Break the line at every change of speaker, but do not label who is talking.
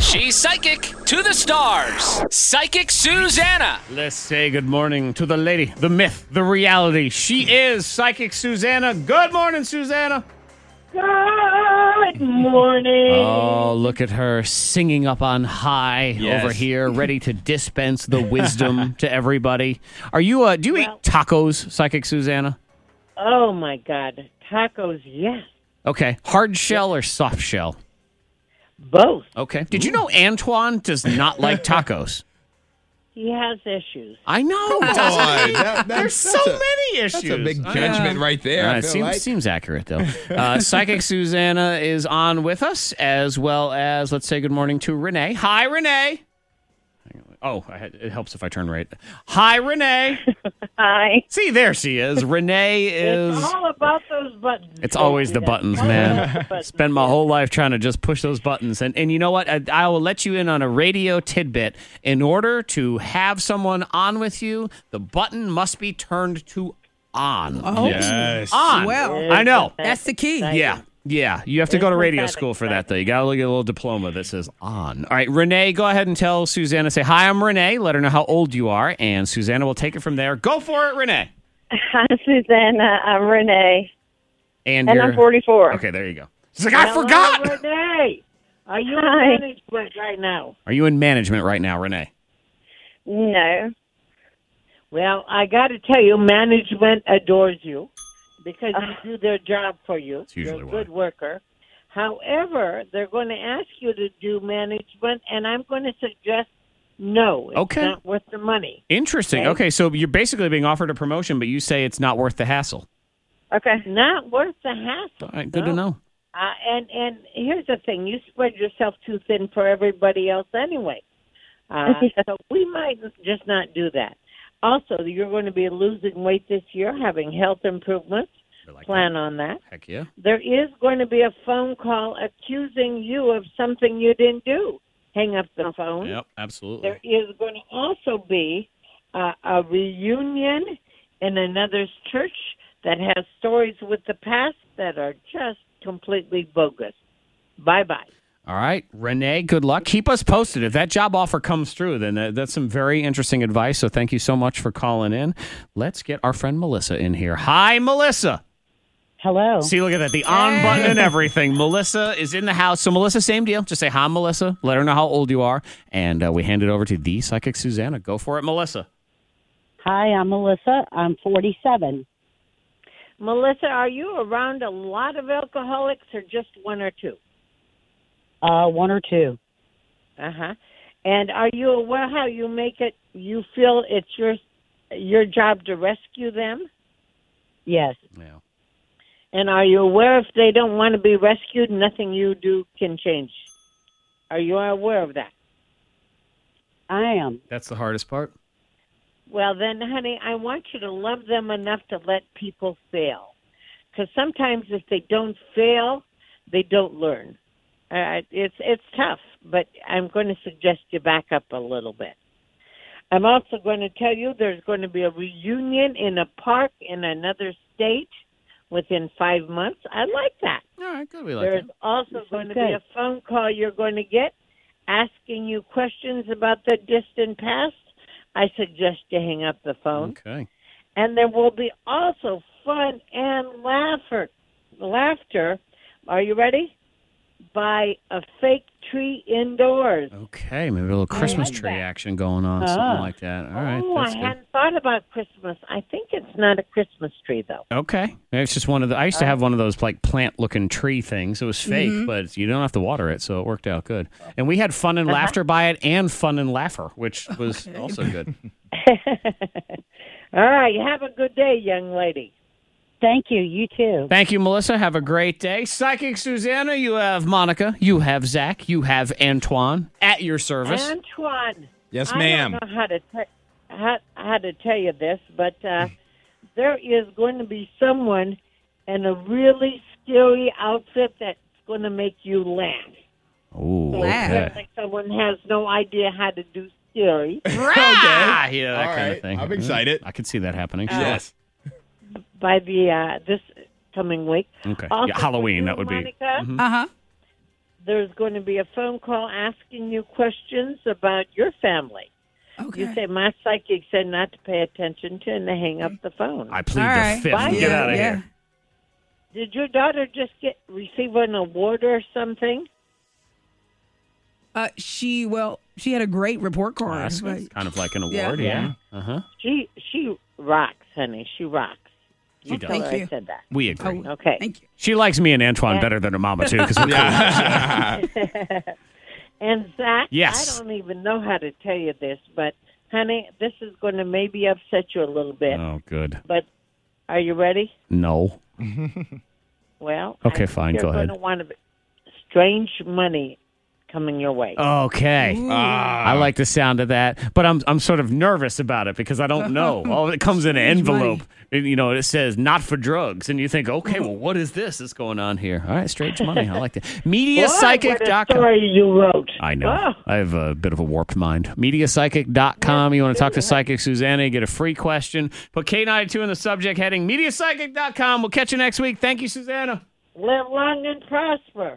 She's psychic to the stars. Psychic Susanna.
Let's say good morning to the lady, the myth, the reality. She is Psychic Susanna. Good morning, Susanna.
Good morning.
Oh, look at her singing up on high
Yes.
over here, ready to dispense the wisdom to everybody. Are you? Uh, do you eat tacos, Psychic Susanna?
Oh my God, tacos! Yes,
Okay, hard shell or soft shell?
both.
Okay. Did you know Antoine does not like tacos?
He has issues.
I know.
Come on, Oh, that-
There's
that's-
so
that's a-
many issues.
That's a big
I-
judgment right there.
All
I
right,
feel
seems,
like.
seems accurate though. Uh, Psychic Susanna is on with us, as well as let's say good morning to Renee. Hi, Renee. Hang on. Oh, I had, it helps if I turn right. Hi, Renee.
Hi.
See, there she is. Renee is.
It's all about those buttons.
It's always the
Yeah.
buttons,
All
man.
about the buttons.
Spend my whole life trying to just push those buttons, and and you know what? I, I will let you in on a radio tidbit. In order to have someone on with you, the button must be turned to on.
Oh,
Yes.
on.
Well.
I know.
That's the key.
Yeah. Yeah. You have to go to
Isn't
radio
that
school for that, though. You got to get a little diploma that says on. All right, Renee, go ahead and tell Susanna, say, Hi, I'm Renee. Let her know how old you are, and Susanna will take it from there. Go for it, Renee.
Hi, Susanna. I'm Renee,
And,
and
you're.
I'm 44.
Okay, there you go. She's like, I
Hello,
forgot.
Renee, are you
Hi.
in management right now?
Are you in management right now, Renee?
No. Well, I got to tell you, management adores you because you do their job for you.
It's usually
You're a
why.
good worker. However, they're going to ask you to do management, and I'm going to suggest no. It's
Okay.
not worth the money.
Interesting.
Okay.
Okay, so you're basically being offered a promotion, but you say it's not worth the hassle.
Okay. Not worth the hassle.
All right, good to
No.
know.
Uh, and and here's the thing: you spread yourself too thin for everybody else anyway. Uh, so we might just not do that. Also, you're going to be losing weight this year, having health improvements. Plan on that.
Heck yeah.
There is going to be a phone call accusing you of something you didn't do. Hang up the phone.
Yep, absolutely.
Hmm. There is going to also be uh, a reunion in another's church that has stories with the past that are just completely bogus. Bye bye.
All right, Renee, good luck. Keep us posted. If that job offer comes through, then that, that's some very interesting advice. So thank you so much for calling in. Let's get our friend Melissa in here. Hi, Melissa.
Hello.
See, look at that. The on button and everything. Melissa is in the house. So, Melissa, same deal. Just say hi, Melissa. Let her know how old you are. And uh, we hand it over to the psychic Susanna. Go for it, Melissa.
Hi, I'm Melissa. I'm 47.
Melissa, are you around a lot of alcoholics or just one or two?
Uh, one or two.
Uh huh. And are you aware how you make it? You feel it's your your job to rescue them,
Yes.
Yeah.
and are you aware if they don't want to be rescued, nothing you do can change? Are you aware of that?
I am.
That's the hardest part.
Well, then, honey, I want you to love them enough to let people fail. Because sometimes if they don't fail, they don't learn. Uh, it's it's tough, but I'm going to suggest you back up a little bit. I'm also going to tell you there's going to be a reunion in a park in another state within five months. I like that.
All right, good. We like
There's
that.
also
This
going
is
to be
good.
a phone call you're going to get asking you questions about the distant past. I suggest you hang up the phone.
Okay.
And there will be also fun and laughter. Laughter. Are you ready? By a fake tree indoors.
Oh, Okay. Maybe a little Christmas tree action going on, something
Ah.
like that. All right.
oh, I
that's good.
hadn't thought about Christmas. I think it's not a Christmas tree though.
Okay. Maybe It's just one of the. I used to have one of those like plant looking tree things. It was
Mm-hmm.
fake, but you don't have to water it, so it worked out good. And we had fun and
Uh-huh.
laughter by it, and fun and laugher, which was also good.
All right, have a good day, young lady.
Thank you. You too.
Thank you, Melissa. Have a great day. Psychic Susanna, you have Monica, you have Zach, you have Antoine at your service.
Antoine.
Yes,
I
ma'am.
don't know how to te- how, how to tell you this, but
Mm-hmm.
uh, there is going to be someone in a really scary outfit that's going to make you laugh.
Ooh,
Laugh.
okay.
Like someone has no idea how to do scary.
Rah! Yeah, that
All
kind of
right.
thing.
I'm excited. Oh.
I could see that happening. sure.
Yes.
by the uh, this coming week.
Okay.
Also
Yeah,
for
Halloween,
you,
that would be.
Monica,
Uh huh.
there's going to be a phone call asking you questions about your family.
Okay.
You say, my psychic said not to pay attention to, and they hang up the phone.
I plead
All right.
the fifth.
Bye.
Get out of
Yeah.
here.
Did your daughter just get receive an award or something?
Uh, she well, she had a great report
Well,
card.
that's-
but-
that's kind of like an
Yeah.
award, yeah. Uh huh.
She she rocks, honey. She rocks. You
does.
tell her
Thank
I
you.
said that.
We agree.
Oh,
Okay.
Thank you.
She likes me and Antoine better than her mama too, because we're cool.
And Zach,
Yes.
I don't even know how to tell you this, but honey, this is going to maybe upset you a little bit.
Oh, good.
But are you ready?
No.
Well,
Okay, fine,
You're
go ahead.
going to want to strange money coming your way.
Oh, Okay. I like the sound of that, but I'm I'm sort of nervous about it because I don't know. Oh, it comes in an
Strange money.
envelope. and, you know, it says not for drugs, and you think, okay, well, what is this that's going on here? All right, strange money. I like that.
what a
MediaPsychic.com.
story you wrote.
I know.
Oh.
I have a bit of a warped mind. MediaPsychic.com. You want to talk to Psychic Susanna, you get a free question. Put K92 in the subject heading. MediaPsychic.com. We'll catch you next week. Thank you, Susanna.
Live long Oh, and prosper.